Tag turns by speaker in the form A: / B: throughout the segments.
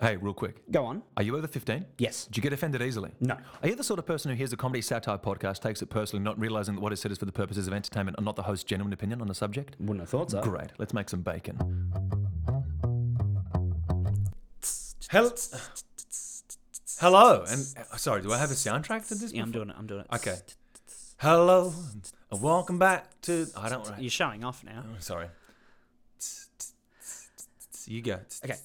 A: Hey, real quick.
B: Go on.
A: Are you over 15?
B: Yes.
A: Do you get offended easily?
B: No.
A: Are you the sort of person who hears a comedy satire podcast, takes it personally, not realizing that what is said is for the purposes of entertainment and not the host's genuine opinion on the subject?
B: Wouldn't have thought so.
A: Great. Let's make some bacon.
C: Hello. Hello. And uh, sorry, do I have a soundtrack to this?
D: Yeah, I'm doing it. I'm doing it.
C: Okay. Hello. And welcome back to. I don't.
D: You're showing off now.
C: I'm sorry. You go.
D: Okay.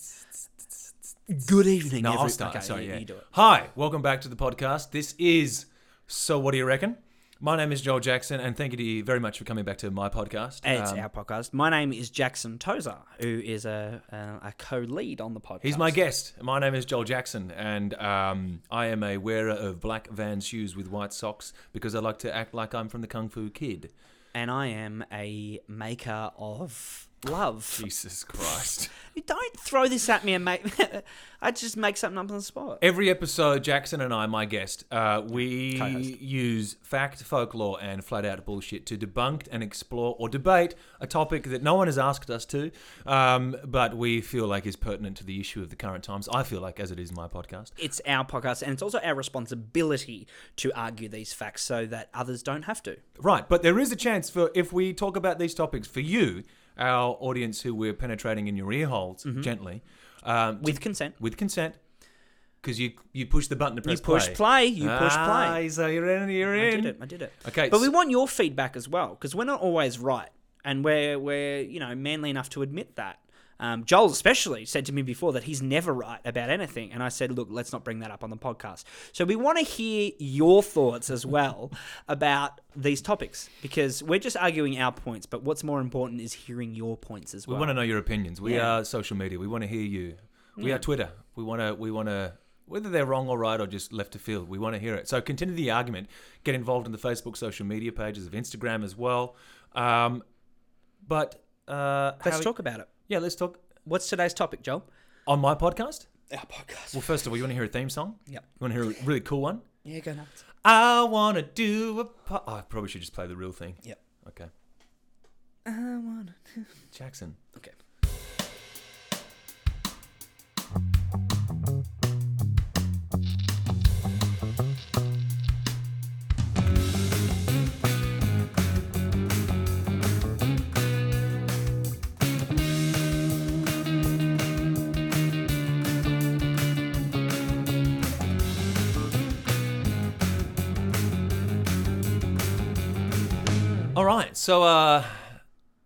D: Good evening.
C: No, I'll
D: every-
C: start.
D: Okay,
C: Sorry,
D: you,
C: yeah.
D: you do it.
C: Hi, welcome back to the podcast. This is So What Do You Reckon? My name is Joel Jackson, and thank you to you very much for coming back to my podcast.
D: It's
C: Um,
D: our podcast. My name is Jackson Tozer, who is a uh, a, a co-lead on the podcast.
C: He's my guest. My name is Joel Jackson, and um, I am a wearer of black Vans shoes with white socks because I like to act like I'm from the Kung Fu Kid.
D: and I am a maker of love.
C: Jesus Christ.
D: Don't throw this at me and make. I just make something up on the spot.
C: Every episode, Jackson and I, my guest, uh, we
D: Co-host.
C: use fact, folklore, and flat out bullshit to debunk and explore or debate a topic that no one has asked us to, um, but we feel like is pertinent to the issue of the current times. I feel like, as it is my podcast.
D: It's our podcast, and it's also our responsibility to argue these facts so that others don't have to.
C: Right, but there is a chance for if we talk about these topics for you, our audience who we're penetrating in your ear holes
D: Mm-hmm.
C: gently, um,
D: With consent,
C: with consent, because you you push the button to
D: you
C: press
D: push play. You push
C: Ah,
D: play.
C: so you're in, you're
D: I
C: in.
D: did it. I did it.
C: Okay,
D: but we
C: so-
D: want your feedback as well because we're not always right, and we're we're you know manly enough to admit that. Um, Joel especially said to me before that he's never right about anything, and I said, "Look, let's not bring that up on the podcast." So we want to hear your thoughts as well about these topics because we're just arguing our points, but what's more important is hearing your points as
C: We
D: well.
C: want to know your opinions. We
D: Yeah.
C: are social media. We want to hear you. We are Twitter. We want to. We want to. Whether they're wrong or right or just left to field, we want to hear it. So continue the argument. Get involved in the Facebook social media pages of Instagram as well. Um, but uh,
D: Let's
C: how-
D: talk about it.
C: Yeah, let's talk
D: What's today's topic, Joel?
C: on my podcast.
D: Our podcast.
C: Well, first of all, you want to hear a theme song?
D: Yep.
C: You want to hear a really cool one?
D: Yeah, go nuts.
C: I want to do a. Po- oh, I probably should just play the real thing.
D: Yep.
C: Okay.
D: I wanna.
C: Jackson.
D: Okay.
C: All right. So, uh,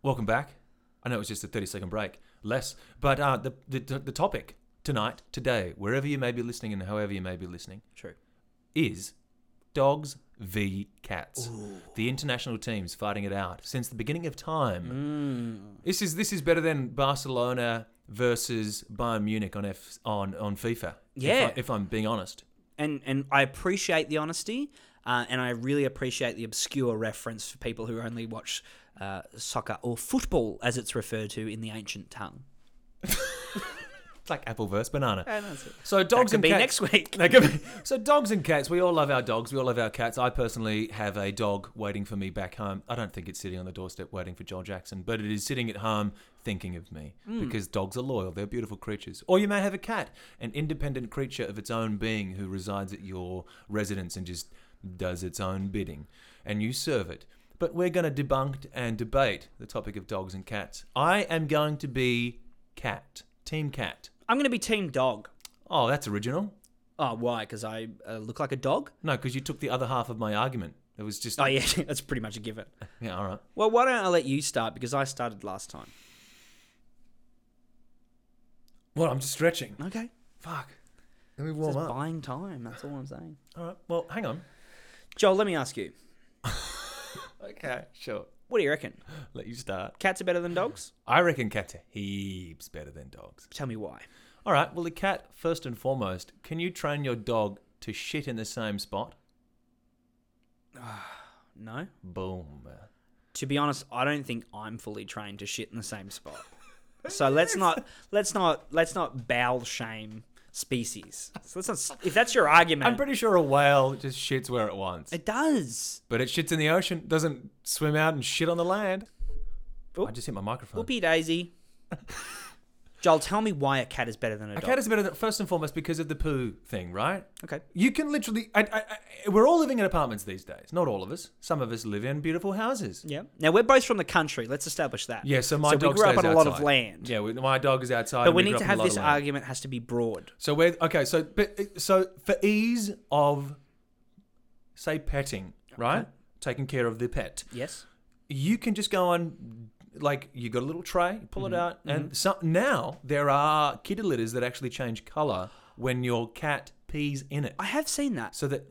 C: welcome back. I know it was just a 30 second break, less, but uh, the, the, the topic tonight, today, wherever you may be listening and however you may be listening,
D: True.
C: is dogs v cats. The international teams fighting it out since the beginning of
D: Mm-hmm.
C: time.
D: Mm.
C: This is this is better than Barcelona versus Bayern Munich on F, on on FIFA. if I-
D: Yeah.
C: if I'm being honest.
D: and and I appreciate the honesty, uh, and I really appreciate the obscure reference for people who only watch uh, soccer or football, as it's referred to in the ancient tongue.
C: It's like apple versus banana.
D: that's it.
C: So dogs
D: could
C: and
D: be
C: cats.
D: next week.
C: That could be- So dogs and cats. We all love our dogs. We all love our cats. I personally have a dog waiting for me back home. I don't think it's sitting on the doorstep waiting for Joel Jackson, but it is sitting at home thinking of me because dogs are loyal. They're beautiful creatures. Or you may have a cat, an independent creature of its own being who resides at your residence and just does its own bidding, and you serve it. But we're going to debunk and debate the topic of dogs and cats. I am going to be cat, team cat.
D: I'm going to be team dog.
C: Oh, that's original.
D: Oh, why? Because I uh, look like a dog.
C: No, because you took the other half of my argument. It was just.
D: Oh yeah, that's pretty much a given.
C: Yeah, all right.
D: Well, why don't I let you start because I started last time.
C: Well, I'm just stretching.
D: Okay,
C: Fuck. Let me
D: just
C: warm
D: buying time. That's all I'm saying.
C: All right. Well, hang on.
D: Joel, let me ask you.
C: Okay, sure.
D: What do you reckon?
C: Let you start.
D: Cats are better than dogs.
C: I reckon cats are heaps better than dogs.
D: Tell me why.
C: All right. Well, the cat, first and foremost, can you train your dog to shit in the same spot?
D: No.
C: Boom.
D: to be honest, I don't think I'm fully trained to shit in the same spot. So let's not let's not let's not bowel shame species. So let's not s- if that's your argument.
C: I'm pretty sure a whale just shits where it wants,
D: it does.
C: but it shits in the ocean, doesn't swim out and shit on the land.
D: Oh.
C: I just hit my microphone.
D: Whoopie daisy. Joel, tell me why a cat is better than a,
C: A
D: dog.
C: cat is better than first and foremost because of the poo thing, right?
D: okay.
C: You can literally. I, I, I, we're all living in apartments these days. Not all of us. Some of us live in beautiful houses.
D: Yeah. Now we're both from the country. Let's establish that.
C: Yeah, so my
D: so
C: dog
D: we grew up
C: stays
D: on a lot of
C: outside.
D: land.
C: Yeah, we, my dog is outside.
D: But
C: and
D: we
C: grew
D: need
C: up
D: to
C: on a
D: have
C: lot
D: this
C: of land.
D: argument has to be broad.
C: So we're okay. So but so for ease of say petting, right? Taking care of the pet,
D: Yes.
C: you can just go on. Like you got a little tray, you
D: Mm-hmm.
C: pull it out, and some, now there are kitty litters that actually change color when your cat pees in it.
D: I have seen that.
C: So that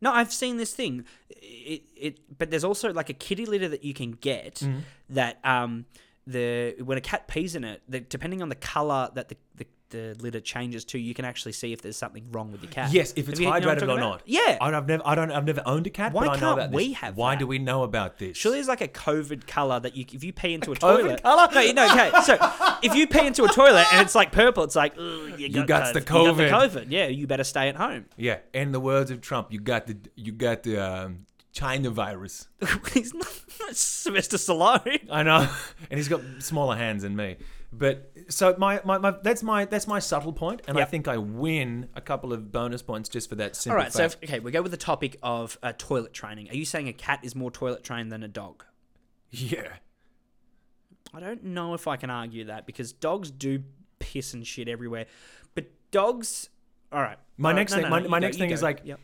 D: No, I've seen this thing. It, it, but there's also like a kitty litter that you can get
C: Mm-hmm.
D: that um the when a cat pees in it, that depending on the color that the, the the litter changes to, you can actually see if there's something wrong with your cat.
C: yes, if
D: Have
C: it's
D: you- you know what I'm
C: hydrated
D: talking
C: or
D: about?
C: not.
D: Yeah.
C: I, I've never, I don't, I've never owned a cat.
D: Why
C: but I know
D: can't
C: about
D: we
C: this.
D: have
C: Why
D: that?
C: do we know about this?
D: Surely there's like a COVID color that you if you pee into a,
C: COVID
D: toilet.
C: colour?
D: No, you know, okay. So if you pee into a toilet and it's like purple, it's like "Ugh, you got,
C: got the
D: You got the COVID. Yeah, you better stay at home.
C: yeah. In the words of Trump, you got the, you got the um, China virus.
D: He's not, not Sylvester Stallone.
C: I know, and he's got smaller hands than me. But so my, my, my that's my that's my subtle point, and
D: Yep.
C: I think I win a couple of bonus points just for that
D: All
C: simple
D: right, so
C: fact.
D: if- okay, we go with the topic of uh, toilet training. Are you saying a cat is more toilet trained than a dog?
C: yeah,
D: I don't know if I can argue that because dogs do piss and shit everywhere, but dogs. All right.
C: My
D: All right,
C: next thing- my-
D: you
C: my
D: go,
C: next
D: you
C: thing
D: go.
C: is like-
D: Yep.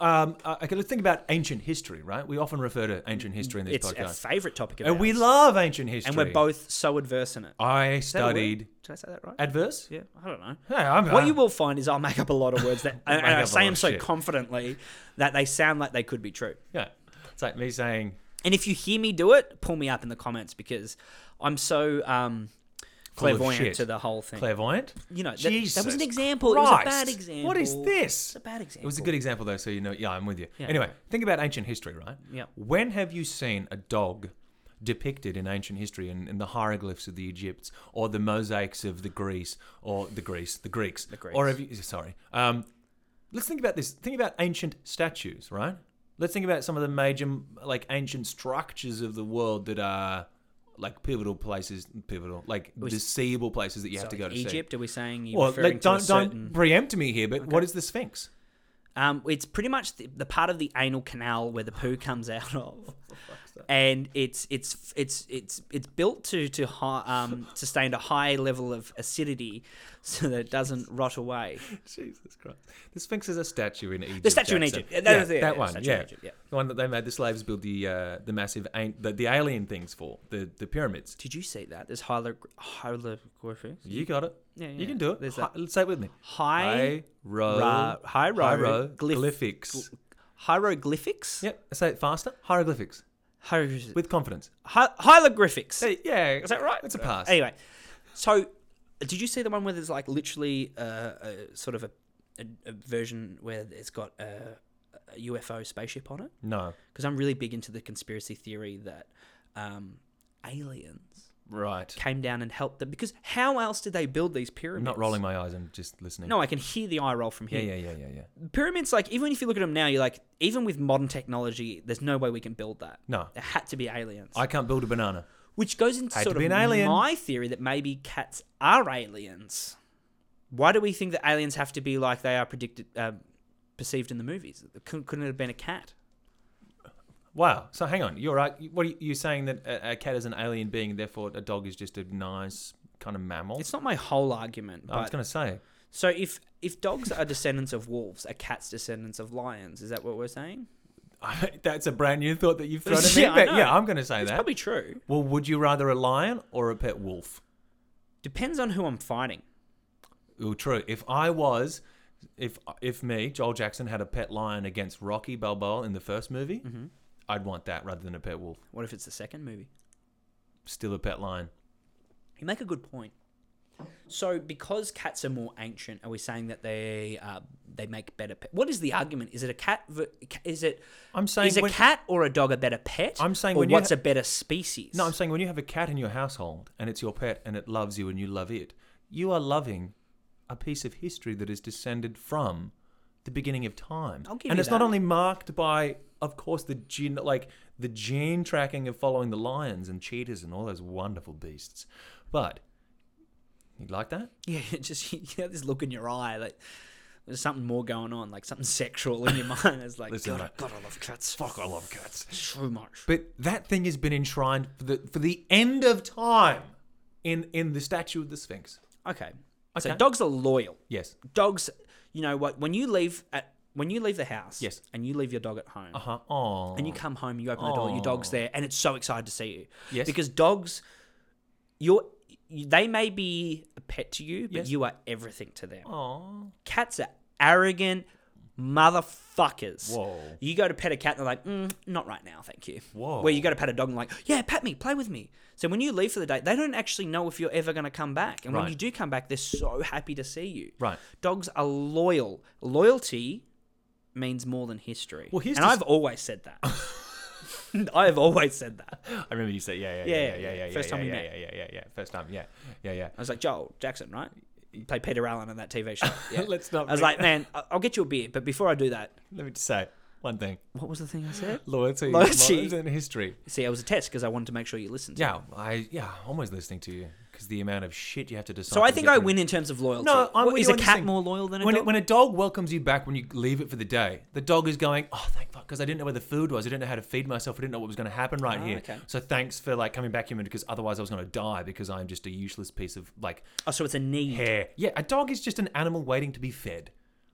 C: um, uh, okay. Let's think about ancient history, right? We often refer to ancient history in this
D: it's a
C: podcast,
D: favorite topic of
C: and we
D: ours.
C: love ancient history.
D: and we're both so adverse in it.
C: I
D: Is that a word?
C: studied
D: Did I say that right?
C: adverse.
D: yeah, I don't know.
C: Hey, I'm, uh,
D: What
C: I'm-
D: you will find is I'll make up a lot of words that, and, and
C: Make
D: I
C: up a
D: say
C: lot
D: them
C: of
D: so
C: shit.
D: confidently that they sound like they could be true.
C: Yeah, it's like me saying
D: And if you hear me do it, pull me up in the comments because I'm so um,
C: Full of
D: clairvoyant
C: shit.
D: to the whole thing.
C: clairvoyant.
D: you know, that, that was
C: Jesus
D: an example. It was a bad
C: Christ.
D: example.
C: What is this?
D: It's a bad example.
C: It was a good example though, so you know. Yeah, I'm with you.
D: Yeah.
C: Anyway, think about ancient history, right?
D: Yeah.
C: When have you seen a dog depicted in ancient history in, in the hieroglyphs of the Egypts or the mosaics of the Greece or the Greece, the Greeks, the
D: Greeks.
C: or have you? Sorry. Um, let's think about this. Think about ancient statues, right? Let's think about some of the major, like ancient structures of the world that are like pivotal places, pivotal, like seeable places that you have to go to see.
D: Egypt, are we saying you're
C: Well,
D: referring
C: like,
D: to a
C: don't
D: certain-
C: don't preempt me here, but what is the Sphinx?
D: Um, it's pretty much the, the part of the anal canal where the poo comes out of, and it's it's it's it's it's built to to high, um, sustain a high level of acidity, so that it doesn't rot away.
C: Jesus Christ. The Sphinx is a statue in Egypt.
D: The statue in
C: Jackson.
D: Egypt. Yeah, that
C: That,
D: was it,
C: that
D: yeah,
C: one.
D: statue in
C: Yeah.
D: Egypt, yeah.
C: The one that they made the slaves build the uh, the massive an- the, the alien things for, the, the pyramids.
D: Did you see that? There's hierog- hieroglyphics.
C: You got it.
D: Yeah, yeah.
C: You can do it.
D: There's
C: Hi- let's say it with me.
D: Hi-
C: Hiero-
D: ra- hiero- glyph-
C: hieroglyphics.
D: hieroglyphics.
C: yep. Say it faster. Hieroglyphics.
D: Hieroglyphics.
C: With confidence.
D: Hi- hieroglyphics.
C: Hey, yeah.
D: Is that right?
C: It's a pass.
D: Anyway, so did you see the one where there's like literally uh, a sort of a, a, a version where it's got a, a UFO spaceship on it?
C: No.
D: Because I'm really big into the conspiracy theory that um, aliens
C: Right.
D: came down and helped them. Because how else did they build these
C: I'm
D: pyramids?
C: not rolling my eyes. I'm just listening.
D: No, I can hear the eye roll from
C: Yeah,
D: here.
C: yeah, yeah, yeah, yeah.
D: Pyramids, like even if you look at them now, you're like, even with modern technology, there's no way we can build that.
C: No.
D: It had to be aliens.
C: I can't build a banana.
D: Which goes into
C: Had to
D: sort of
C: be an alien.
D: my theory that maybe cats are aliens. Why do we think that aliens have to be like they are predicted, uh, perceived in the movies? Couldn't, couldn't it have been a cat?
C: Wow. So hang on. You're right. What are you, you're saying that a, a cat is an alien being, therefore a dog is just a nice kind of mammal?
D: It's not my whole argument.
C: I was
D: but-
C: going to say.
D: So if if dogs are descendants of wolves, are cats descendants of lions? Is that what we're saying?
C: That's a brand new thought that you've thrown at me.
D: Yeah, I
C: but
D: know.
C: yeah, I'm going to say
D: It's
C: that.
D: probably true.
C: well, would you rather a lion or a pet wolf?
D: Depends on who I'm fighting.
C: Well, true. If I was, if if me, Joel Jackson, had a pet lion against Rocky Balboa in the first movie,
D: Mm-hmm.
C: I'd want that rather than a pet wolf.
D: What if it's the second movie?
C: Still a pet lion.
D: You make a good point. So, because cats are more ancient, are we saying that they uh, they make better pet? What is the argument? Is it a cat? ver- ca- Is it
C: I'm saying
D: is a
C: when-
D: cat or a dog a better pet?
C: I'm saying
D: or
C: when you
D: what's
C: ha-
D: a better species?
C: No, I'm saying when you have a cat in your household and it's your pet and it loves you and you love it, you are loving a piece of history that is descended from the beginning of time.
D: I'll give
C: and
D: you
C: it's not
D: that.
C: only marked by, of course, the gene like the gene tracking of following the lions and cheetahs and all those wonderful beasts, but You like that?
D: Yeah, it just you have this look in your eye like there's something more going on, like something sexual in your mind. It's like
C: Listen,
D: God,
C: mate.
D: God, I love cats.
C: Fuck, I love cats.
D: so much.
C: But that thing has been enshrined for the for the end of time in in the statue of the Sphinx.
D: Okay. So
C: Okay.
D: dogs are loyal.
C: Yes.
D: Dogs, you know what? When you leave at when you leave the house,
C: Yes.
D: and you leave your dog at home,
C: Uh huh. Oh.
D: and you come home, you open the door, your dog's there, and it's so excited to see you.
C: Yes.
D: Because dogs, you're you- they may be a pet to you, but
C: Yes.
D: you are everything to them.
C: Oh.
D: Cats are arrogant motherfuckers.
C: Whoa.
D: You go to pet a cat and they're like, mm, not right now, thank you.
C: Whoa.
D: Where you go to pet a dog and like, yeah, pet me, play with me. So when you leave for the day, they don't actually know if you're ever going to come back. And when
C: Right.
D: you do come back, they're so happy to see you.
C: Right.
D: Dogs are loyal. Loyalty means more than history.
C: Well, here's
D: and
C: the-
D: I've always said that. I have always said that. I
C: I remember you said yeah yeah
D: Yeah,
C: yeah yeah
D: yeah,
C: yeah yeah.
D: first
C: yeah,
D: time we
C: yeah,
D: met.
C: Yeah yeah yeah yeah. First time. Yeah yeah yeah.
D: was like, Joel Jackson, right? You play Peter Allen in that TV show. Yeah.
C: Let's not
D: I was
C: make-
D: like, man, I- I'll get you a beer, but before I do that,
C: Let me just say one thing.
D: what was the thing I said?
C: Loyalty.
D: Loyalty.
C: Loyalty and history.
D: See, it was a test because I wanted to make sure you listened.
C: Yeah, I yeah, I'm always listening to you because the amount of shit you have to decide.
D: So I
C: to
D: think
C: get
D: I
C: through.
D: win in terms of loyalty.
C: No, I'm
D: What,
C: with
D: is
C: you
D: a
C: on this
D: cat
C: thing.
D: more loyal than a
C: when
D: dog?
C: It, when a dog welcomes you back when you leave it for the day, the dog is going, "Oh, thank fuck," because I didn't know where the food was. I didn't know how to feed myself. I didn't know what was going to happen right
D: Ah,
C: here.
D: okay.
C: So thanks for like coming back, human, because otherwise I was going to die because I'm just a useless piece of like
D: oh, so it's a need.
C: hair. Yeah, a dog is just an animal waiting to be fed,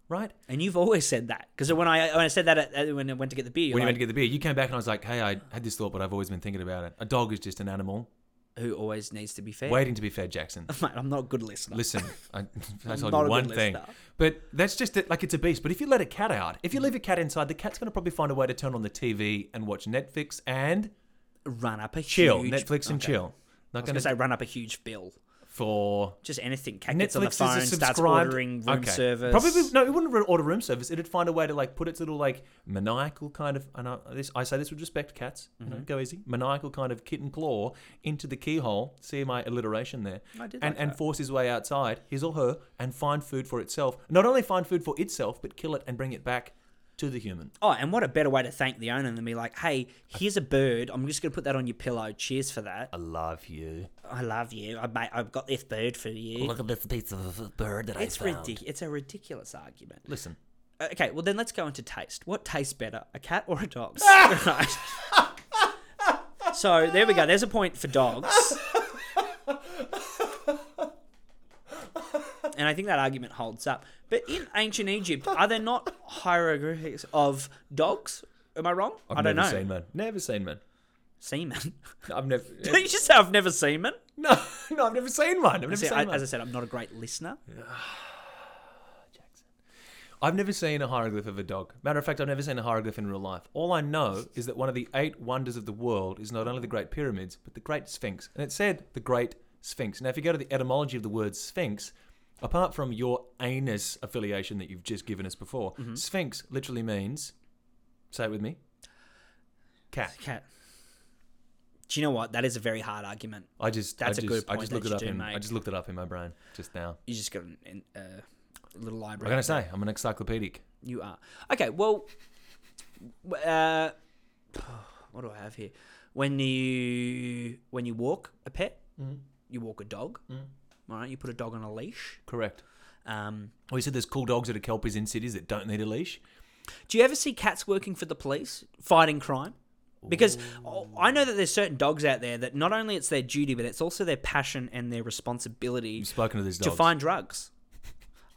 C: right?
D: And you've always said that because when I when I said that at, at- when I went to get the beer, you're
C: When you went to
D: like,
C: get the beer, you came back and I was like, "Hey, I had this thought, but I've always been thinking about it. A dog is just an animal
D: who always needs to be fed.
C: waiting to be fed." Jackson.
D: Mate, I'm not a good listener.
C: Listen, I, I told
D: not a
C: you
D: good
C: one thing,
D: listener.
C: but that's just it. Like it's a beast. But if you let a cat out, if you leave a cat inside, the cat's going to probably find a way to turn on the TV and watch Netflix and
D: Run up a
C: chill.
D: huge,
C: Netflix and
D: okay.
C: chill.
D: I
C: Not
D: was going
C: going
D: to
C: to
D: say run up a huge bill.
C: for
D: Just anything. Cat gets on the
C: Netflix
D: phone,
C: is a
D: starts
C: subscribed
D: ordering room
C: okay.
D: service.
C: Probably no, it wouldn't re- order room service. It'd find a way to like put its little like maniacal kind of and I, this I say this with respect, cats. you
D: Mm-hmm.
C: know, go easy. Maniacal kind of kitten claw into the keyhole. See my alliteration there.
D: I did
C: and
D: like
C: and
D: that.
C: force his way outside, his or her, and find food for itself. Not only find food for itself, but kill it and bring it back to the human.
D: Oh, and what a better way to thank the owner than be like, "Hey, here's a bird. I'm just going to put that on your pillow. Cheers for that.
C: I love you.
D: I love you. I mate, I've got this bird for you."
B: Look at this piece of bird that
D: it's
B: I found.
D: ridiculous. It's a ridiculous argument. Uh,
C: Listen.
D: Okay, well then let's go into taste. What tastes better, a cat or a dog? Right. so there we go. There's a point for dogs. And I think that argument holds up. But in ancient Egypt, are there not hieroglyphics of dogs? Am I wrong? I've I do not
C: never
D: know.
C: seen man. Never seen man.
D: Semen.
C: I've never
D: Don't you just say I've never seen them?
C: No, no, I've never seen one. I've never
D: See,
C: seen
D: I,
C: one.
D: as I said, I'm not a great listener.
C: I've never seen a hieroglyph of a dog. Matter of fact, I've never seen a hieroglyph in real life. All I know is that one of the eight wonders of the world is not only the Great Pyramids, but the Great Sphinx. And it said the Great Sphinx. Now, if you go to the etymology of the word sphinx, apart from your anus affiliation that you've just given us before,
D: Mm-hmm.
C: sphinx literally means, say it with me, cat.
D: Cat. Do you know what? That is a very hard argument.
C: I just,
D: That's
C: I
D: a
C: just,
D: good
C: I
D: point
C: just
D: that
C: looked it
D: you
C: up
D: do
C: in, I
D: make.
C: just looked it up in my brain just now.
D: You just got an, an, uh, a little library.
C: I'm gonna say I'm an encyclopedic.
D: You are. Okay, well, w- uh, what do I have here? When you when you walk a pet, you walk a dog. All right, you put a dog on a leash.
C: Correct.
D: Um,
C: Oh, you said there's cool dogs that are kelpies in cities that don't need a leash.
D: do you ever see cats working for the police, fighting crime? Because oh, I know that there's certain dogs out there that not only it's their duty, but it's also their passion and their responsibility
C: You've spoken to these
D: to
C: dogs.
D: find drugs.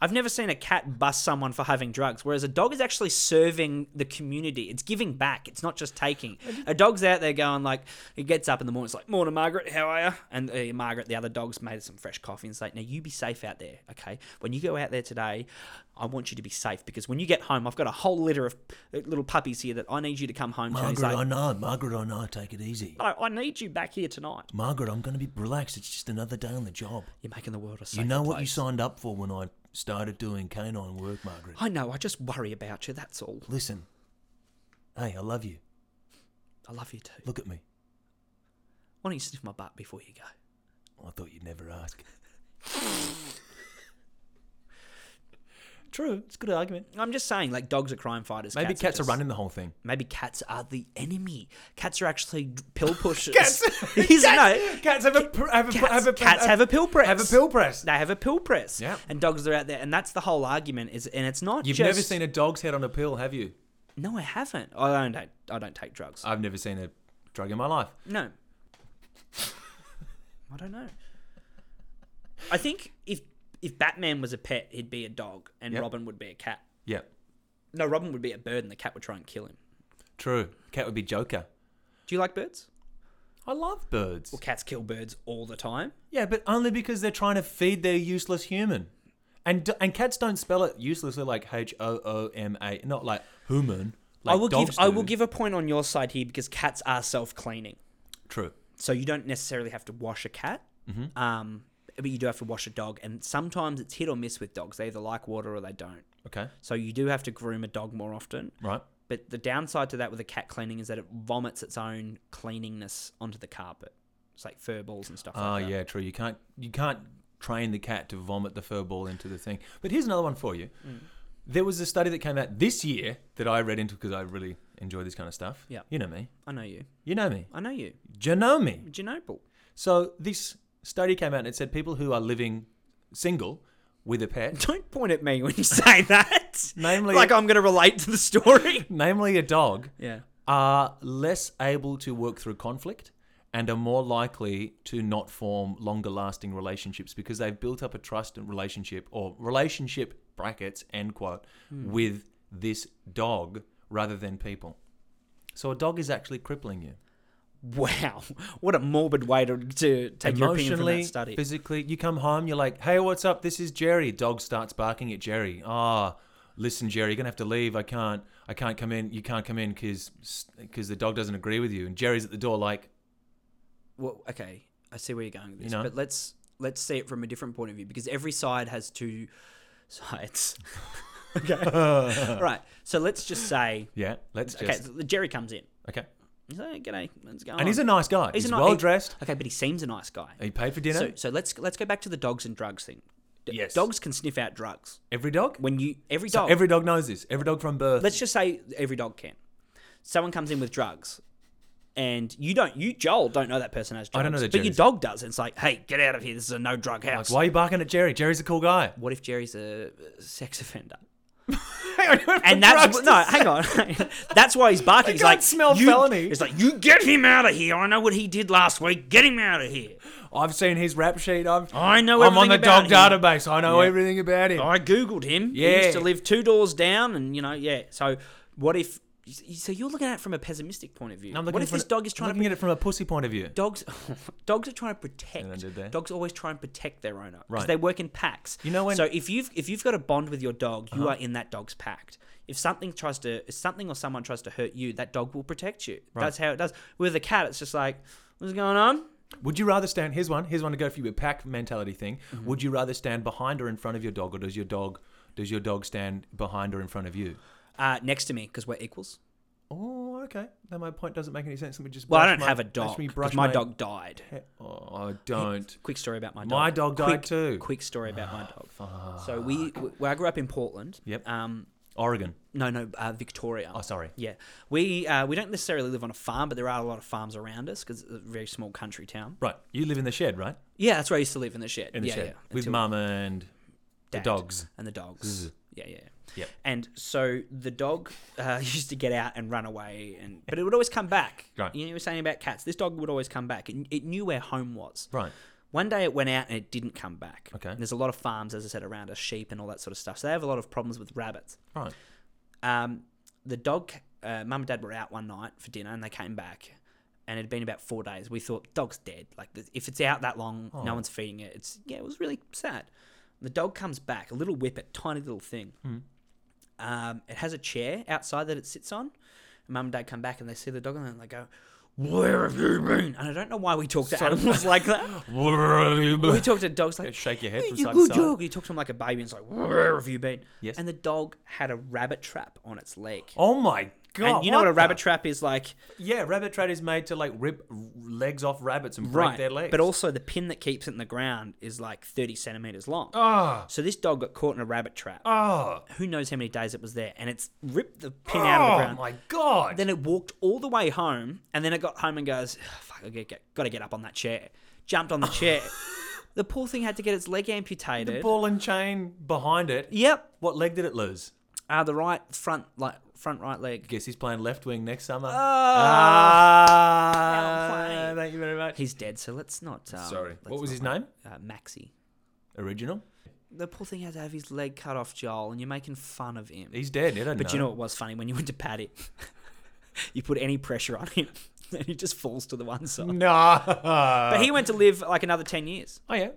D: I've never seen a cat bust someone for having drugs, whereas a dog is actually serving the community. It's giving back. It's not just taking. A dog's out there going like, he gets up in the morning. It's like, morning, Margaret. How are you? And uh, Margaret, the other dog's made some fresh coffee and it's like, now you be safe out there, okay? When you go out there today, I want you to be safe because when you get home, I've got a whole litter of uh, little puppies here that I need you to come home to. And he's
B: Margaret, I
D: like,
B: know. Margaret, I know. Take it easy.
D: no, I need you back here tonight.
B: Margaret, I'm going to be relaxed. It's just another day on the job.
D: You're making the world a safer
B: You know what you
D: place.
B: signed up for when I started doing canine work, Margaret.
D: I know. I just worry about you. That's all.
B: Listen. Hey, I love you.
D: I love you too.
B: Look at me.
D: Why don't you sniff my butt before you go?
B: I thought you'd never ask.
C: True. It's a good argument.
D: I'm just saying, like dogs are crime fighters.
C: Maybe cats, are
D: just-
C: running the whole thing.
D: Maybe cats are the enemy. Cats are actually pill pushers. cats, cats, no,
C: Cats have a pr- have a
D: cats,
C: have a
D: cats have a pill press.
C: have a pill press.
D: They have a pill press.
C: Yeah.
D: And dogs are out there, and that's the whole argument. Is and it's not.
C: You've
D: just,
C: never seen a dog's head on a pill, have you?
D: No, I haven't. I don't. take- I don't take drugs.
C: I've never seen a drug in my life.
D: No. I don't know. I think if if Batman was a pet, he'd be a dog, and
C: Yep.
D: Robin would be a cat.
C: Yeah.
D: No, Robin would be a bird, and the cat would try and kill him.
C: True. Cat would be Joker.
D: Do you like birds?
C: I love birds.
D: Well, cats kill birds all the time.
C: Yeah, but only because they're trying to feed their useless human. And d- and cats don't spell it uselessly like H O O M A, not like human. Like
D: I will give.
C: dogs
D: I
C: do.
D: will give a point on your side here because cats are self-cleaning,
C: True.
D: so you don't necessarily have to wash a cat.
C: Mm-hmm.
D: Um, but you do have to wash a dog, and sometimes it's hit or miss with dogs. They either like water or they don't.
C: Okay.
D: So you do have to groom a dog more often.
C: Right.
D: But the downside to that with a cat cleaning is that it vomits its own cleaningness onto the carpet. It's like fur balls and stuff.
C: Ah,
D: like that.
C: yeah, true. You can't you can't train the cat to vomit the fur ball into the thing. But here's another one for you.
D: Mm.
C: There was a study that came out this year that I read into because I really enjoy this kind of stuff.
D: Yeah.
C: You know me.
D: I know you.
C: You know me.
D: I know you.
C: You know me.
D: Ginobile.
C: So this study came out and it said people who are living single with a pet
D: Don't point at me when you say that.
C: Namely-
D: like I'm going to relate to the story.
C: namely a dog,
D: yeah.
C: are less able to work through conflict and are more likely to not form longer lasting relationships because they've built up a trust and relationship or relationship brackets end quote
D: Hmm.
C: with this dog rather than people. So a dog is actually crippling you.
D: Wow. What a morbid way to, to take your opinion from
C: Emotionally,
D: that study.
C: physically, you come home, you're like, "Hey, what's up? This is Jerry." Dog starts barking at Jerry. Ah, listen, Jerry, you're gonna have to leave. I can't, I can't come in. You can't come in because because the dog doesn't agree with you. And Jerry's at the door, like,
D: well, okay, I see where you're going with this,
C: You know?
D: but let's let's see it from a different point of view because every side has two sides. okay. right. So let's just say,
C: Yeah, let's just.
D: okay,
C: Okay.
D: so Jerry comes in. He's like, "G'day, what's going on?"
C: And he's a nice guy. He's,
D: a ni-
C: well
D: he-
C: dressed.
D: Okay, but he seems a nice guy.
C: He paid for dinner.
D: So, so let's let's go back to the dogs and drugs thing. D-
C: Yes.
D: Dogs can sniff out drugs.
C: every dog.
D: When you every
C: So
D: dog,
C: every dog knows this. Every dog from birth.
D: let's just say every dog can. Someone comes in with drugs, and you don't, you Joel don't know that person has drugs.
C: I don't know that
D: but your
C: Jerry's-
D: dog does. And it's like, hey, get out of here. This is a no drug house.
C: Why are you barking at Jerry? Jerry's a cool guy.
D: What if Jerry's a uh, sex offender?
C: Hang on,
D: And that's no, hang on. that's why he's barking. He's
C: can't
D: like,
C: smell
D: you,
C: felony.
D: It's like you get him out of here. I know what he did last week. Get him out of here.
C: I've seen his rap sheet. I've,
D: I know.
C: I'm on
D: everything
C: the dog
D: about him.
C: database. I know
D: Yeah.
C: everything about him.
D: I googled him. He
C: Yeah.
D: used to live two doors down, and you know, yeah. So what if? So you're looking at it from a pessimistic point of view.
C: I'm looking
D: what if
C: from-
D: this dog is trying
C: I'm
D: to
C: looking at it from a pussy point of view?
D: dogs? dogs are trying to protect.
C: And I did that.
D: Dogs always try and protect their owner because
C: Right.
D: they work in packs.
C: You know when- Uh-huh.
D: So if you've if you've got a bond with your dog, you are in that dog's pack. If something tries to, if something or someone tries to hurt you, that dog will protect you. That's how it does. With a cat, it's just like, what's going on?
C: Would you rather stand? Here's one. Here's one to go for you. A pack mentality thing. Would you rather stand behind or in front of your dog, or does your dog does your dog stand behind or in front of you?
D: Uh, next to me because we're equals.
C: Oh, okay. Now my point doesn't make any sense. Let me just.
D: Well, I
C: brush
D: don't
C: my-
D: have a
C: let
D: dog
C: me
D: 'cause
C: brush
D: my dog died.
C: Oh, I don't.
D: Quick story about my dog.
C: My dog died
D: Quick-
C: too. Ah,
D: Quick story about my dog. So we, w well, I grew up in Portland.
C: Yep.
D: Um,
C: Oregon.
D: no, no, uh, Victoria.
C: Oh, sorry.
D: Yeah, we uh, we don't necessarily live on a farm, but there are a lot of farms around us because it's a very small country town.
C: Right. You live in the shed, right?
D: Yeah, that's where I used to live in the shed.
C: In the
D: yeah,
C: shed
D: yeah.
C: with
D: until
C: mum and the
D: dad
C: dogs.
D: and the dogs. Yeah, yeah.
C: Yep.
D: And so the dog uh, used to get out and run away, and but it would always come back.
C: Right.
D: You know, you were saying about cats. This dog would always come back. It, it knew where home was.
C: Right.
D: One day it went out and it didn't come back.
C: Okay.
D: And there's a lot of farms, as I said, around us, sheep and all that sort of stuff. So they have a lot of problems with rabbits.
C: Right.
D: Um, the dog, uh, mum and dad were out one night for dinner and they came back and it had been about four days. We thought, dog's dead. Like, th- if it's out that long,
C: Oh.
D: no one's feeding it. It's, yeah, it was really sad. The dog comes back, a little whippet, tiny little thing.
C: Hmm.
D: Um, it has a chair outside that it sits on. Mum and dad come back and they see the dog and they go, Where have you been? And I don't know why we talk to animals like that.
C: Oh
D: We talk to dogs like
C: Shake your head
D: "Hey,
C: from
D: you
C: side to
D: good
C: side."
D: dog. You talk to him like a baby, and it's like, where have you been?
C: Yes.
D: And the dog had a rabbit trap on its leg.
C: Oh my
D: and you know what a rabbit trap is like,
C: Yeah, rabbit trade is made to like rip r- legs off rabbits and break
D: right?
C: their legs.
D: But also the pin that keeps it in the ground is like thirty centimeters long.
C: oh,
D: So this dog got caught in a rabbit trap.
C: oh,
D: Who knows how many days it was there, and it's ripped the pin out of the
C: oh
D: ground.
C: my god!
D: Then it walked all the way home, and then it got home and goes, "Ugh, "Fuck, I get, got to get up on that chair." Jumped on the chair. the poor thing had to get its leg amputated.
C: Ball and chain behind it.
D: yep,
C: What leg did it lose?
D: uh, the right front, like front right leg.
C: Guess he's playing left wing next summer.
D: now
C: ah,
D: I'm playing.
C: thank you very much.
D: He's dead, so let's not. Um,
C: Sorry.
D: let's
C: What was
D: not
C: his
D: like-
C: name?
D: Uh, Maxi.
C: Original.
D: The poor thing had to have his leg cut off, Joel, and you're making fun of him.
C: He's dead. I don't
D: But you know what was funny when you went to pat it, you put any pressure on him, and he just falls to the one side.
C: No.
D: But he went to live like another ten years.
C: Oh yeah.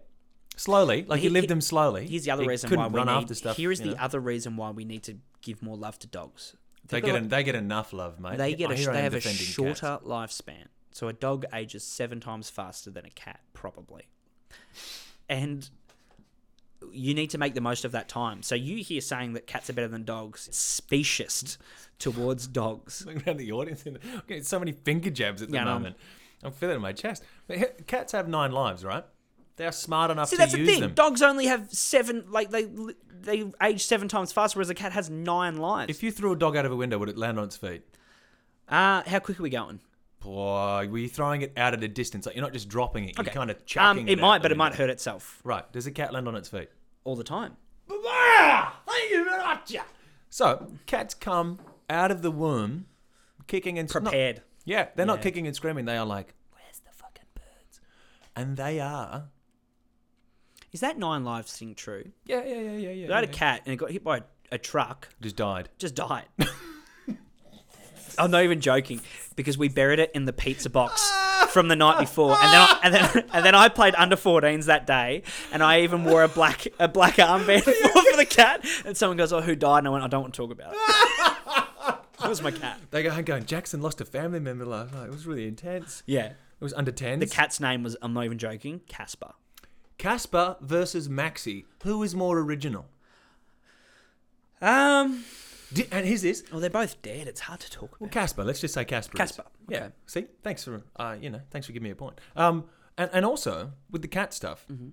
C: Slowly, like he,
D: He-
C: lived
D: he-
C: them slowly.
D: Here's the other
C: He
D: reason
C: couldn't
D: why we
C: run
D: need,
C: after stuff.
D: Here is
C: you
D: the
C: know.
D: other reason why we need to give more love to dogs.
C: They
D: They've
C: get
D: got
C: a, they get enough love, mate.
D: they get
C: I
D: a,
C: hear I
D: they
C: am
D: have a
C: defending cats.
D: shorter lifespan. So a dog ages seven times faster than a cat, probably. And you need to make the most of that time. So you here saying that cats are better than dogs, it's speciest towards dogs.
C: looking around the audience and I'm getting so many finger jabs at the
D: Yeah, I know.
C: moment. I'm feeling it in my chest. But he- cats have nine lives, right? They are smart enough
D: See,
C: to
D: that's the
C: use
D: thing.
C: them.
D: Dogs only have seven, like they they age seven times faster, whereas a cat has nine lives.
C: if you threw a dog out of a window, would it land on its feet?
D: uh, how quick are we going?
C: Boy, were you throwing it out at a distance? Like you're not just dropping it.
D: Okay.
C: You're kind of
D: Um,
C: chucking
D: it,
C: it. out
D: might,
C: the
D: but it might
C: window.
D: hurt itself
C: Right? Does a cat land on its feet?
D: all the time.
C: Thank you very much. So cats come out of the womb, kicking and not-
D: Prepared.
C: Yeah, they're not
D: Yeah.
C: kicking and screaming. They are like, "Where's the fucking birds?" And they are.
D: Is that nine lives thing true?
C: Yeah, yeah, yeah, yeah, yeah.
D: They had a cat and it got hit by a, a truck,
C: Just died.
D: just died. I'm not even joking because we buried it in the pizza box from the night before, and then I, and then and then I played under 14s that day, and I even wore a black a black armband for, for the cat, and someone goes, "Oh, who died?" And I went, "I don't want to talk about it." it was my cat.
C: They go, I'm going. Jackson lost a family member last night. It was really intense.
D: Yeah,
C: It was under ten.
D: the cat's name was I'm not even joking, Casper.
C: Casper versus Maxie. Who is more original?
D: Um,
C: Di- and here's this.
D: well, Oh, they're both dead. It's hard to talk
C: Well,
D: about.
C: Casper. Let's just say Casper. is.
D: Casper,
C: Yeah.
D: okay.
C: See, thanks for uh, you know, thanks for giving me a point. Um, and, and also with the cat stuff.
D: Mm-hmm.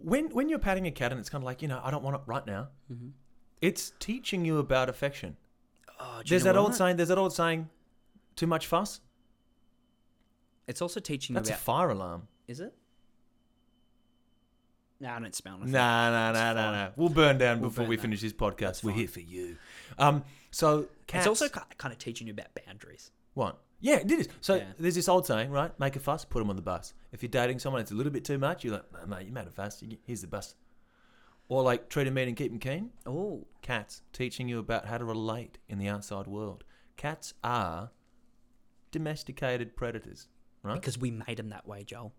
C: When when you're patting a cat and it's kind of like you know I don't want it right now.
D: Mm-hmm.
C: It's teaching you about affection.
D: Oh, do you
C: There's
D: know
C: that old
D: what?
C: saying. There's that old saying. Too much fuss.
D: It's also teaching you
C: That's a
D: about
C: fire alarm.
D: Is it? No, I don't smell nothing.
C: Nah, nah, nah, nah, nah. We'll burn down before
D: burn
C: we
D: down.
C: finish this podcast. We're
D: fine.
C: here for you. Um, so cats.
D: It's also ki- kind of teaching you about boundaries.
C: what? Yeah, it is. So
D: Yeah.
C: there's this old saying, right? Make a fuss, put them on the bus. If you're dating someone, it's a little bit too much. You're like, "Nah, mate, you made a fuss. you- Here's the bus. Or like treat them mean and keep them keen.
D: Oh,
C: Cats teaching you about how to relate in the outside world. Cats are domesticated predators, right?
D: because we made them that way, Joel.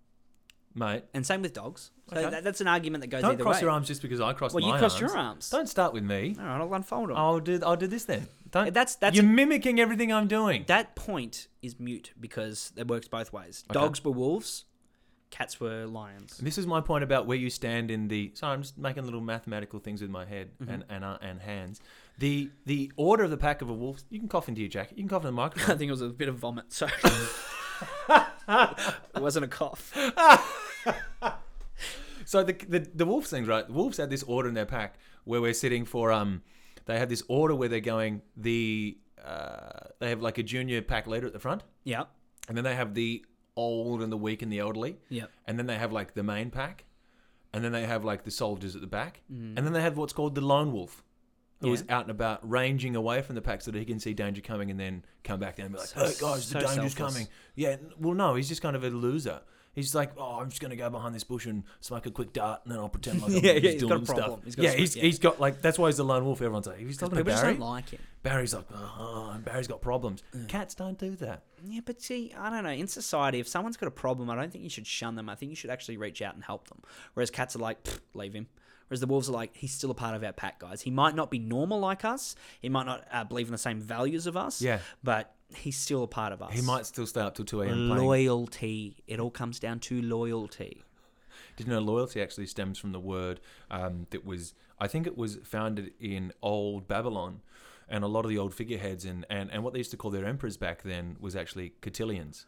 C: Mate,
D: And same with dogs. So
C: Okay.
D: that, that's an argument that goes
C: don't
D: either
C: cross
D: way.
C: your arms just because I crossed
D: well,
C: my
D: you crossed your
C: arms.
D: arms.
C: Don't Oh. start with me.
D: All right, I'll unfold them.
C: I'll do. I'll do this then. Don't.
D: That's- that's-
C: You're mimicking everything I'm doing.
D: That point is mute because it works both ways. Dogs were wolves, cats were lions.
C: this is my point about where you stand in the. Sorry, I'm just making little mathematical things with my head and and, uh, and hands. The the order of the pack of a wolf. You can cough into your jacket. You can cough into the
D: I
C: microphone.
D: think it was a bit of vomit, so it wasn't a cough.
C: so the, the the wolf things right. The wolves had this order in their pack where we're sitting for um. They have this order where they're going. The uh, they have like a junior pack leader at the front,
D: Yeah,
C: and then they have the old and the weak and the elderly.
D: yeah.
C: and then they have like the main pack, and then they have like the soldiers at the back, and then they have what's called the lone wolf, who is
D: Mm. Yeah.
C: out and about ranging away from the pack so that he can see danger coming and then come back down and be like,
D: So-
C: "Hey guys,
D: so
C: the danger's
D: selfless.
C: coming." Yeah, n- well, no, he's just kind of a loser. He's just like, "Oh, I'm just gonna go behind this bush and smoke a quick dart, and then I'll pretend like I'm
D: Yeah,
C: just
D: yeah, he's got a
C: doing stuff."
D: problem. He's got a
C: yeah,
D: sm-
C: he's,
D: yeah.
C: he's got like that's why he's the lone wolf. Everyone's like, "He's talking
D: People
C: to
D: just
C: Barry."
D: don't like him.
C: Barry's like, "Oh, Barry's got problems." Cats don't do that.
D: Yeah, but see, I don't know. In society, if someone's got a problem, I don't think you should shun them. I think you should actually reach out and help them. Whereas cats are like, "Pfft, leave him. Whereas the wolves are like, he's still a part of our pack, guys. He might not be normal like us. He might not uh, believe in the same values of us.
C: Yeah.
D: But he's still a part of us.
C: He might still stay up till two a.m. playing
D: Loyalty. It all comes down to loyalty.
C: Did you know loyalty actually stems from the word um, that was, I think it was founded in Old Babylon, and a lot of the old figureheads and, and, and what they used to call their emperors back then was actually cotillions.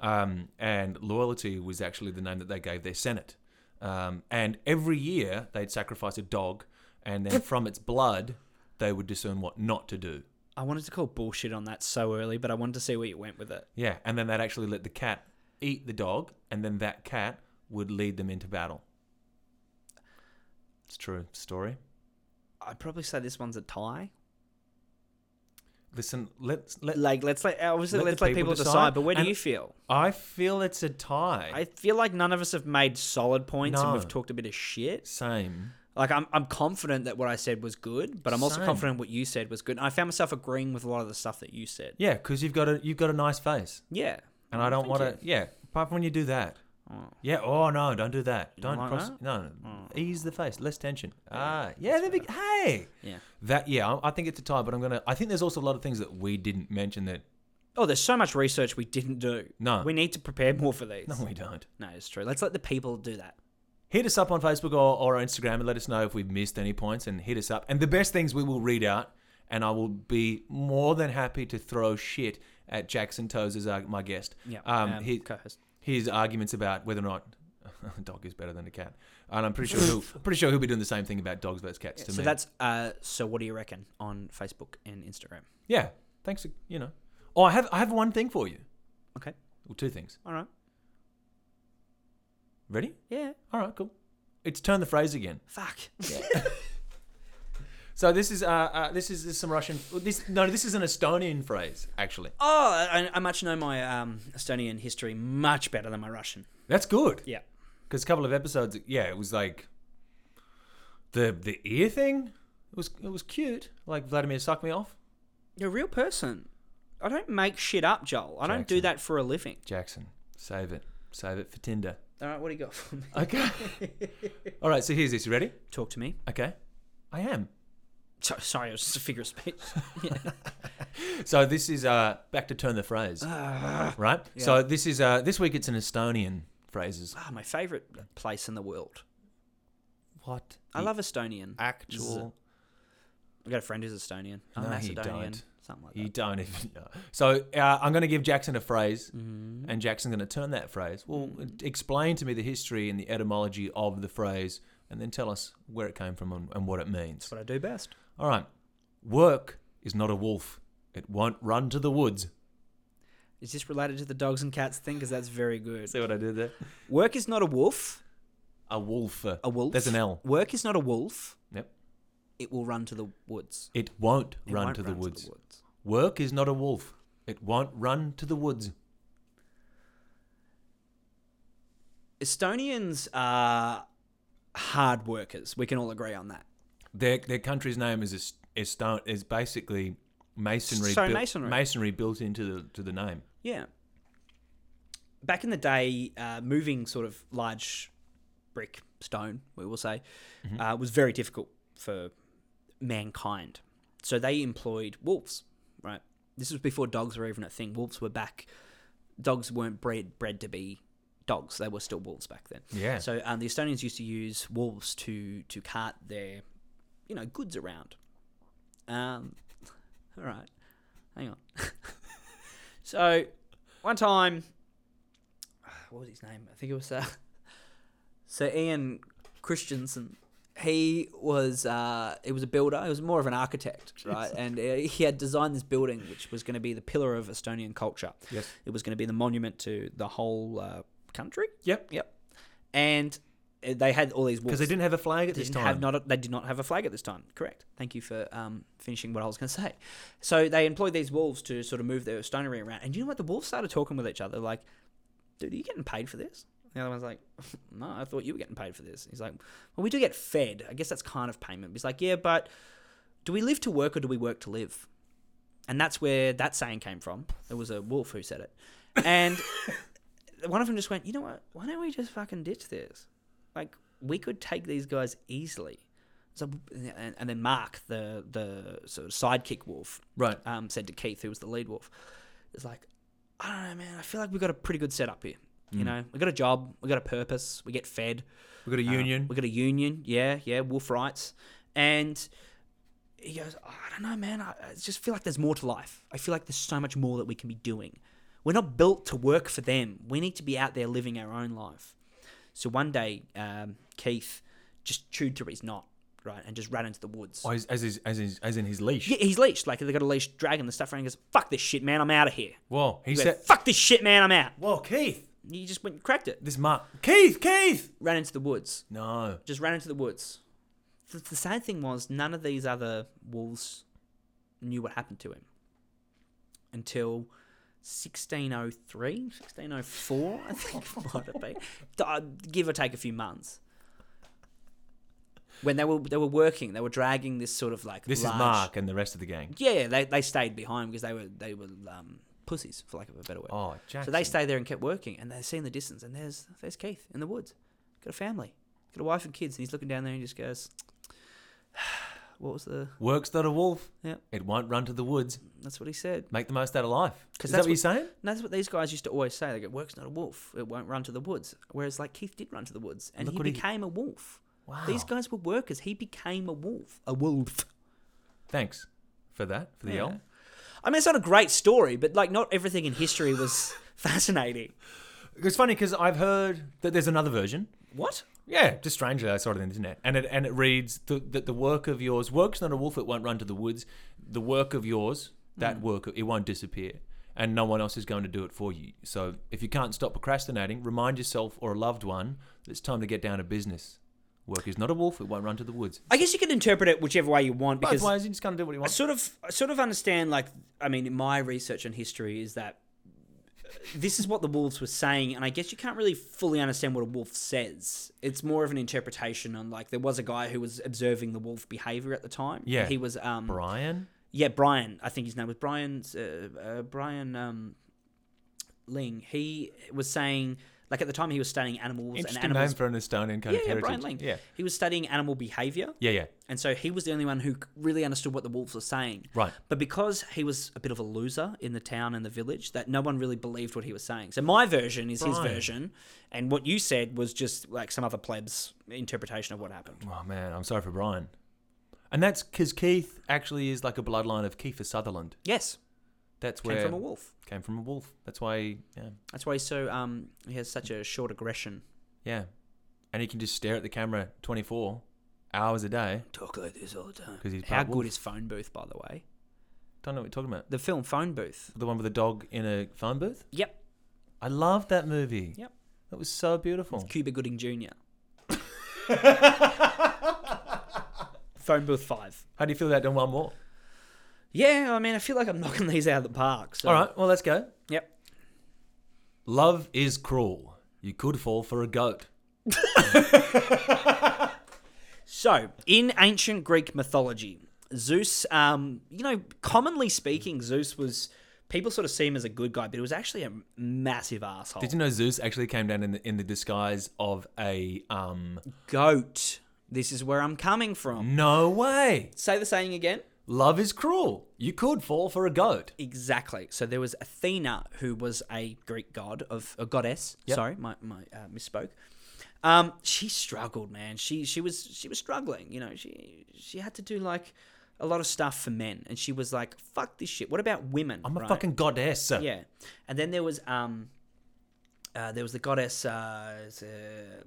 C: Um, and loyalty was actually the name that they gave their senate. Um, and every year they'd sacrifice a dog, and then from its blood, they would discern what not to do.
D: I wanted to call bullshit on that so early, but I wanted to see where you went with it.
C: Yeah, and then they'd actually let the cat eat the dog, and then that cat would lead them into battle. It's true story.
D: I'd probably say this one's a tie.
C: Listen, let's let.
D: Like, let's let obviously
C: Let the
D: let's let
C: people
D: people decide.
C: decide,
D: But where do
C: and-
D: you feel?
C: I feel it's a tie.
D: I feel like none of us have made solid points, and
C: No.
D: we've talked a bit of shit.
C: Same.
D: Like, I'm I'm confident that what I said was good, but I'm also
C: Same.
D: confident what you said was good. And I found myself agreeing with a lot of the stuff that you said.
C: Yeah, because you've got a you've got a nice face,
D: Yeah.
C: and I don't
D: Oh, Thank
C: want
D: you.
C: to. Yeah, apart from when you do that.
D: Oh.
C: Yeah. Oh no! Don't do that.
D: don't
C: Don't
D: like
C: cross.
D: that? Oh.
C: No. no. Ease the face. Less tension. Ah. Yeah. There we. Hey.
D: Yeah.
C: That. Yeah. I, I think it's a tie, but I'm gonna. I think there's also a lot of things that we didn't mention that.
D: Oh, there's so much research we didn't do.
C: No.
D: We need to prepare more for these.
C: No, we don't.
D: No, it's true. Let's let the people do that.
C: Hit us up on Facebook or, or Instagram and let us know if we've missed any points and hit us up. And the best things we will read out, and I will be more than happy to throw shit at Jackson Toes as our, my guest.
D: Yeah.
C: Um,
D: um,
C: he-
D: co-host.
C: his arguments about whether or not a dog is better than a cat, and I'm pretty sure he'll, pretty sure he'll be doing the same thing about dogs versus cats to
D: So
C: me.
D: that's uh, so. What do you reckon on Facebook and Instagram?
C: yeah. Thanks. For, you know. Oh, I have I have one thing for you.
D: Okay.
C: Well, two things.
D: All right.
C: Ready?
D: Yeah.
C: All right. Cool. It's turn the phrase again.
D: Fuck.
C: So this is uh, uh this is this is some Russian. This no, this is an Estonian phrase actually.
D: Oh, I, I much know my um, Estonian history much better than my Russian.
C: That's good.
D: Yeah.
C: Because a couple of episodes, yeah, it was like the the ear thing. It was it was cute. Like Vladimir sucked me off.
D: You're a real person. I don't make shit up, Joel. I don't do
C: Jackson.
D: that for a living.
C: Jackson, save it, save it for Tinder.
D: All right. What do you got for me?
C: Okay. All right. So here's this. You ready?
D: Talk to me.
C: Okay. I am.
D: So, sorry, it was just a figure of speech.
C: So this is uh back to turn the phrase,
D: Ah.
C: right? So this is uh this week it's an Estonian phrases.
D: Ah, my favorite place in the world.
C: What?
D: I love Estonian.
C: actual.
D: I've got a friend who's Estonian.
C: No,
D: I'm
C: you
D: Macedonian.
C: don't.
D: Something like
C: You
D: that.
C: don't even know. So uh, I'm going to give Jackson a phrase, and Jackson's going to turn that phrase. Well, explain to me the history and the etymology of the phrase, and then tell us where it came from and, and what it means.
D: That's what I do best.
C: All right. Work is not a wolf. It won't run to the woods.
D: Is this related to the dogs and cats thing? Because that's very good.
C: See what I did there?
D: Work is not a wolf.
C: A wolf. uh,
D: A wolf.
C: There's an L.
D: Work is not a wolf.
C: Yep.
D: It will run to the woods.
C: It won't
D: It
C: run
D: won't
C: to the woods.
D: woods.
C: Work is not a wolf. It won't run to the woods.
D: Estonians are hard workers. We can all agree on that.
C: Their their country's name is Est- Eston is basically masonry.
D: Sorry,
C: built-
D: masonry.
C: Masonry built into the to the name.
D: Yeah. Back in the day, uh, moving sort of large brick stone, we will say, uh, was very difficult for mankind. So they employed wolves, right? This was before dogs were even a thing. Wolves were back. Dogs weren't bred bred to be dogs; they were still wolves back then.
C: Yeah.
D: So um, the Estonians used to use wolves to to cart their, you know, goods around. Um, all right, hang on. so one time, what was his name? I think it was uh, Sir Ian Christensen. He was uh, he was a builder. He was more of an architect, right? And uh, he had designed this building, which was going to be the pillar of Estonian culture.
C: Yes.
D: it was going to be the monument to the whole uh, country.
C: Yep.
D: Yep. And uh, they had all these
C: Because
D: wolves.
C: they didn't have a flag at
D: They
C: this
D: didn't
C: time.
D: have not a- they did not have a flag at this time. Correct. Thank you for um, finishing what I was going to say. So they employed these wolves to sort of move their stonery around. And you know what? The wolves started talking with each other like, dude, are you getting paid for this? The other one's like, no, I thought you were getting paid for this. He's like, well, we do get fed. I guess that's kind of payment. He's like, yeah, but do we live to work or do we work to live? And that's where that saying came from. There was a wolf who said it. And one of them just went, you know what? Why don't we just fucking ditch this? Like, we could take these guys easily. So, and, and then Mark, the, the sort of sidekick wolf,
C: right.
D: um, said to Keith, who was the lead wolf, is like, I don't know, man. I feel like we've got a pretty good setup here. You know, we got a job, we got a purpose, we get fed.
C: We've got a
D: Uh,
C: union.
D: we got a union. Yeah, yeah, wolf rights. And he goes, "Oh, I don't know, man. I, I just feel like there's more to life. I feel like there's so much more that we can be doing. We're not built to work for them. We need to be out there living our own life. So one day, um, Keith just chewed to his knot, right, and just ran into the woods.
C: Oh, as, as, his, as, his, as in his leash.
D: Yeah, he's leashed. Like they got a leash, dragging the stuff around. He goes, "Fuck this shit, man. I'm out of here."
C: Whoa, he
D: He
C: said,
D: went, "Fuck this shit, man. I'm out."
C: Whoa, Keith.
D: He just went and cracked it.
C: This Mark. Keith, Keith!
D: Ran into the woods.
C: No.
D: Just ran into the woods. The, the sad thing was, none of these other wolves knew what happened to him until 1603, 1604, I think it might have been, D- uh, give or take a few months. When they were they were working, they were dragging this sort of like
C: This
D: large,
C: is Mark and the rest of the gang.
D: Yeah, they, they stayed behind because they were they were um, pussies for lack of a better word.
C: Oh, Jackson.
D: So they stay there and kept working, and they see in the distance, and there's there's Keith in the woods, got a family, got a wife and kids, and he's looking down there and he just goes, "What was the?
C: Work's not a wolf.
D: Yeah,
C: It won't run to the woods.
D: that's what he said.
C: Make the most out of life. Is
D: Because
C: that what, you're saying?
D: No, that's what these guys used to always say. They go, "Work's not a wolf; it won't run to the woods." Whereas like Keith did run to the woods, and
C: Look
D: he
C: what he-
D: became a wolf.
C: Wow.
D: These guys were workers. He became a wolf. A wolf.
C: Thanks for that, for the
D: Yeah.
C: L.
D: I mean, it's not a great story, but like, not everything in history was fascinating.
C: It's funny because I've heard that there's another version.
D: What?
C: Yeah, just strangely I saw it on the internet, and it and it reads the, that the work of yours, work's not a wolf, it won't run to the woods. The work of yours, that
D: Mm.
C: work, it won't disappear, and no one else is going to do it for you. So if you can't stop procrastinating, remind yourself or a loved one that it's time to get down to business. Work is not a wolf; it won't run to the woods.
D: I guess you can interpret it whichever way you want
C: Both
D: because
C: ways, you just kind of do what you
D: I
C: want.
D: sort of I sort of understand like I mean in my research on history is that uh, this is what the wolves were saying and I guess you can't really fully understand what a wolf says. It's more of an interpretation on like there was a guy who was observing the wolf behavior at the time.
C: Yeah.
D: He was um
C: Brian,
D: yeah, Brian. I think his name was Brian. Uh, uh, Brian um, Ling. He was saying, like at the time, he was studying animals and
C: interesting
D: animals.
C: name for an Estonian kind
D: yeah,
C: of
D: yeah,
C: heritage.
D: Brian Ling.
C: Yeah,
D: He was studying animal behavior,
C: yeah, yeah.
D: and so he was the only one who really understood what the wolves were saying.
C: Right.
D: But because he was a bit of a loser in the town and the village, that no one really believed what he was saying. So my version is his
C: Brian.
D: version, and what you said was just like some other pleb's interpretation of what happened.
C: Oh man, I'm sorry for Brian. And that's because Keith actually is like a bloodline of Kiefer Sutherland.
D: Yes,
C: That's
D: came
C: where
D: from a wolf.
C: came from a wolf. That's why, yeah,
D: That's why he's so um he has such a short aggression.
C: yeah. And he can just stare at the camera 24 hours a day
D: talk like this all the time.
C: 'Cause he's
D: How
C: part
D: good
C: wolf.
D: is Phone Booth, by the way?
C: Don't know what you're talking about.
D: The film Phone Booth.
C: The one with the dog in a phone booth.
D: Yep.
C: I loved that movie.
D: Yep.
C: That was so beautiful.
D: Cuba Gooding Jr. phone Booth 5.
C: How do you feel about doing one more?
D: Yeah, I mean, I feel like I'm knocking these out of the park. So.
C: All right, well, let's go.
D: Yep.
C: Love is cruel. You could fall for a goat.
D: So, in ancient Greek mythology, Zeus, um, you know, commonly speaking, Zeus was. People sort of see him as a good guy, but he was actually a massive asshole.
C: Did you know Zeus actually came down in the, in the disguise of a um?
D: Goat. This is where I'm coming from.
C: No way.
D: Say the saying again.
C: Love is cruel. You could fall for a goat.
D: Exactly. So there was Athena, who was a Greek god of a goddess. Sorry, my my uh, misspoke. Um, she struggled, man. She she was she was struggling. You know, she she had to do like a lot of stuff for men, and she was like, "Fuck this shit." What about women?
C: I'm a
D: right?
C: fucking goddess.
D: yeah. And then there was um. Uh, there was the goddess, uh, it's, uh,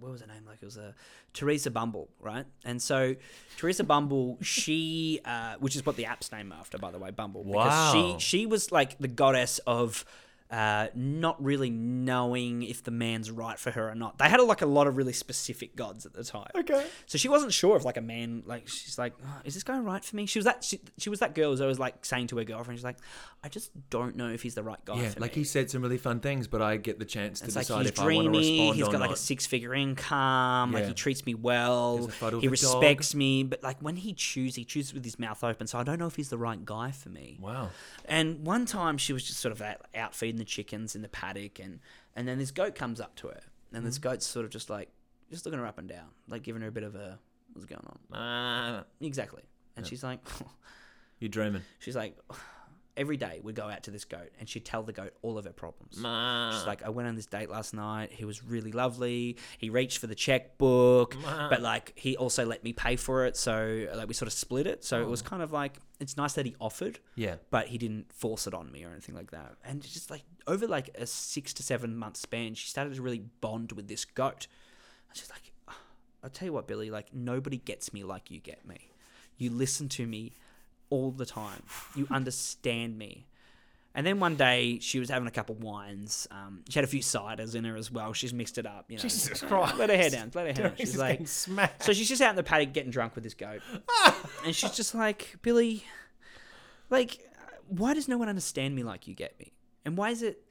D: what was her name? Like it was uh, Teresa Bumble, right? And so Teresa Bumble, she, uh, which is what the app's named after, by the way, Bumble.
C: Wow.
D: Because she, she was like the goddess of uh, not really knowing if the man's right for her or not. They had like a lot of really specific gods at the time. Okay. So she wasn't sure if like a man, like she's like, "Oh, is this guy right for me? She was that she, she was that girl who's always like saying to her girlfriend, she's like, I just don't know if he's the right guy.
C: Yeah,
D: for
C: like
D: me.
C: he said some really fun things, but I get the chance to
D: It's like
C: decide
D: he's
C: if I want to
D: dreamy.
C: respond
D: He's
C: or
D: got like a
C: not.
D: six-figure income. Like
C: Yeah.
D: he treats me well.
C: There's a photo of
D: He
C: the dog.
D: respects me. But like when he chooses, he chooses with his mouth open. So I don't know if he's the right guy for me.
C: wow.
D: And one time she was just sort of out, out feeding the chickens in the paddock, and and then this goat comes up to her, and this goat's sort of just like just looking her up and down, like giving her a bit of a what's going on
C: Ah,
D: exactly. And she's like,
C: you're dreaming.
D: she's like, every day we'd go out to this goat and she'd tell the goat all of her problems. She's like, I went on this date last night. He was really lovely. He reached for the checkbook, but like he also let me pay for it. So like we sort of split it. So it was kind of like it's nice that he offered,
C: Yeah.
D: but he didn't force it on me or anything like that. And it's just like over like a six to seven month span, she started to really bond with this goat. And she's like, "Ah, I'll tell you what, Billy, like nobody gets me like you get me. You listen to me all the time. You understand me. And then one day she was having a couple wines. Um, she had a few ciders in her as well. She's mixed it up. You know. Jesus Christ. Let her hair down. Let her hair down. She's like, so she's just out in the paddock getting drunk with this goat. and she's just like, Billy, like, why does no one understand me like you get me? And why is it.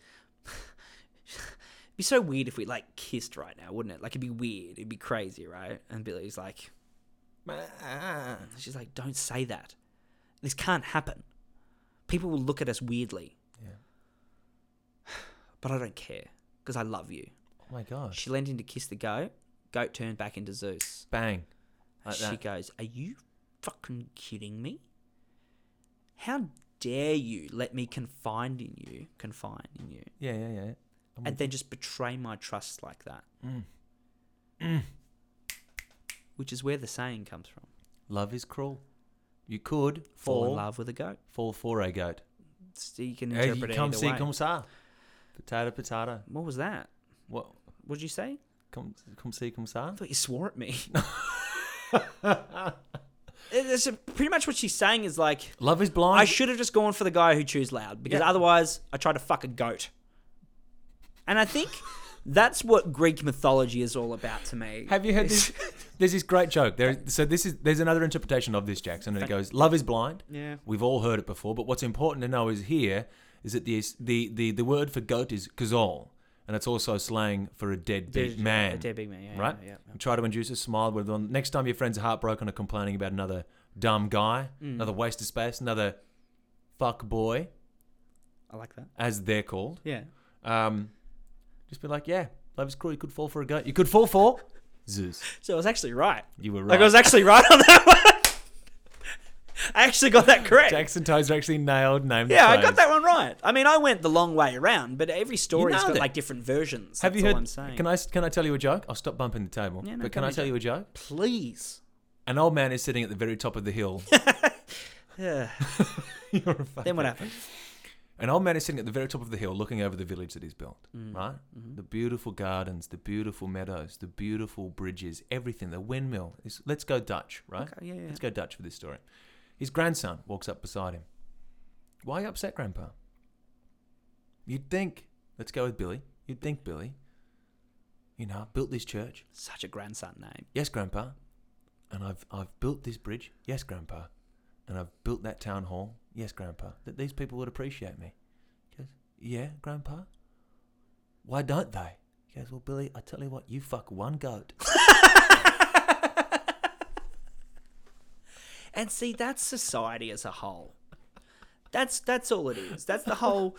D: it'd be so weird if we, like, kissed right now, wouldn't it? Like, it'd be weird. It'd be crazy, right? And Billy's like, she's like, don't say that. This can't happen. People will look at us weirdly. Yeah. But I don't care because I love you.
C: Oh my gosh.
D: She leaned in to kiss the goat. Goat turned back into Zeus.
C: Bang. Like
D: she
C: that.
D: goes, Are you fucking kidding me? How dare you let me confide in you, confine in you,
C: Yeah, yeah, yeah. I'm Mm.
D: and then just betray my trust like that? Mm. Which is where the saying comes from
C: Love is cruel. You could
D: fall in
C: fall
D: love with a goat.
C: fall for a goat.
D: So you can
C: Hey,
D: interpret it
C: come
D: either
C: see,
D: way.
C: come sa. Potato, potato.
D: What was that?
C: What?
D: What did you say?
C: Come, come see, come sa.
D: I thought you swore at me. It's pretty much what she's saying is like,
C: Love is blind.
D: I should have just gone for the guy who chews loud because
C: Yeah.
D: otherwise I tried to fuck a goat. And I think that's what Greek mythology is all about to me.
C: Have you heard this? There's this great joke. There, so this is there's another interpretation of this, Jackson, and it goes, "Love is blind."
D: Yeah.
C: We've all heard it before, but what's important to know is here is that the the the, the word for goat is gazol, and it's also slang for a deadbeat
D: Dead-
C: man.
D: a deadbeat man, yeah,
C: right?
D: yeah, yeah, yeah.
C: Try to induce a smile with them. Next time your friends are heartbroken or complaining about another dumb guy,
D: Mm.
C: another waste of space, another fuck boy,
D: I like that.
C: as they're called.
D: Yeah.
C: Um, just be like, yeah, love is cruel. You could fall for a goat. You could fall for Zeus.
D: So I was actually right.
C: You were right.
D: Like I was actually right on that one. I actually got that correct.
C: Jackson Tozer actually nailed name.
D: yeah, I
C: phrase.
D: got that one right. I mean, I went the long way around, but every story's
C: nailed
D: got
C: it.
D: like different versions.
C: Have
D: That's
C: you
D: all
C: heard?
D: I'm saying.
C: Can I can I tell you a joke? I'll stop bumping the table.
D: Yeah, no,
C: but can
D: tell
C: I
D: me a
C: tell you a joke?
D: please?
C: An old man is sitting at the very top of the hill.
D: Yeah.
C: You're a fuck.
D: then what happened?
C: An old man is sitting at the very top of the hill, looking over the village that he's built.
D: Mm,
C: Right,
D: mm-hmm.
C: the beautiful gardens, the beautiful meadows, the beautiful bridges, everything. The windmill. It's, let's go Dutch, right?
D: Okay, yeah, yeah.
C: Let's go Dutch for this story. His grandson walks up beside him. Why are you upset, Grandpa? You'd think. Let's go with Billy. You'd think Billy. You know, built this church.
D: Such a grandson name.
C: Yes, Grandpa. And I've I've built this bridge. Yes, Grandpa. And I've built that town hall. Yes, Grandpa. That these people would appreciate me. He goes, Yeah, Grandpa. Why don't they? He goes, Well, Billy, I tell you what, you fuck one goat.
D: And see, that's society as a whole. That's that's all it is. That's the whole,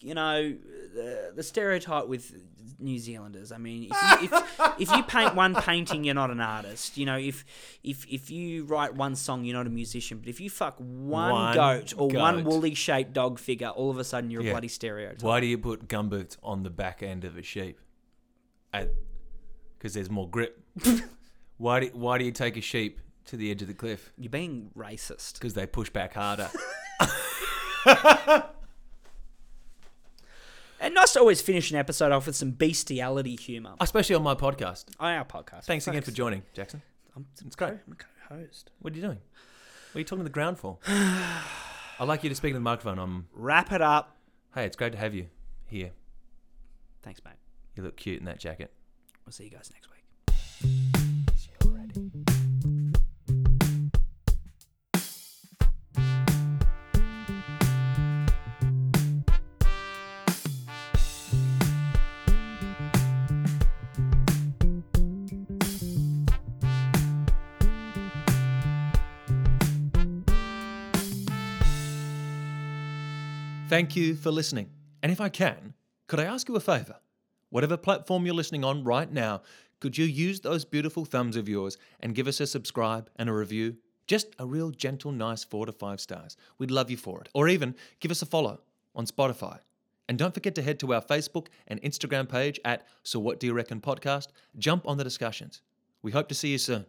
D: you know, the, the stereotype with New Zealanders. I mean, if you, if, if you paint one painting, you're not an artist. You know, if if if you write one song, you're not a musician. But if you fuck one,
C: One
D: goat or one
C: goat.
D: woolly shaped dog figure, all of a sudden you're a
C: Yeah.
D: bloody stereotype.
C: Why do you put gumboots on the back end of a sheep? Because there's more grip. why do Why do you take a sheep to the edge of the cliff?
D: You're being racist.
C: Because they push back harder.
D: And nice to always finish an episode off with some bestiality humour.
C: Especially on my podcast.
D: On our podcast.
C: Thanks again for joining, Jackson.
D: I'm,
C: It's great.
D: I'm a co-host.
C: What are you doing? What are you talking to the ground for? I'd like you to speak into the microphone. Um,
D: Wrap it up.
C: hey, it's great to have you here.
D: Thanks, mate.
C: You look cute in that jacket.
D: We'll see you guys next week.
A: Thank you for listening. And if I can, could I ask you a favor? Whatever platform you're listening on right now, could you use those beautiful thumbs of yours and give us a subscribe and a review?
C: Just a real gentle, nice four to five stars. We'd love you for it. Or even give us a follow on Spotify. And don't forget to head to our Facebook and Instagram page at So What Do You Reckon Podcast. Jump on the discussions. We hope to see you soon.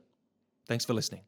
C: Thanks for listening.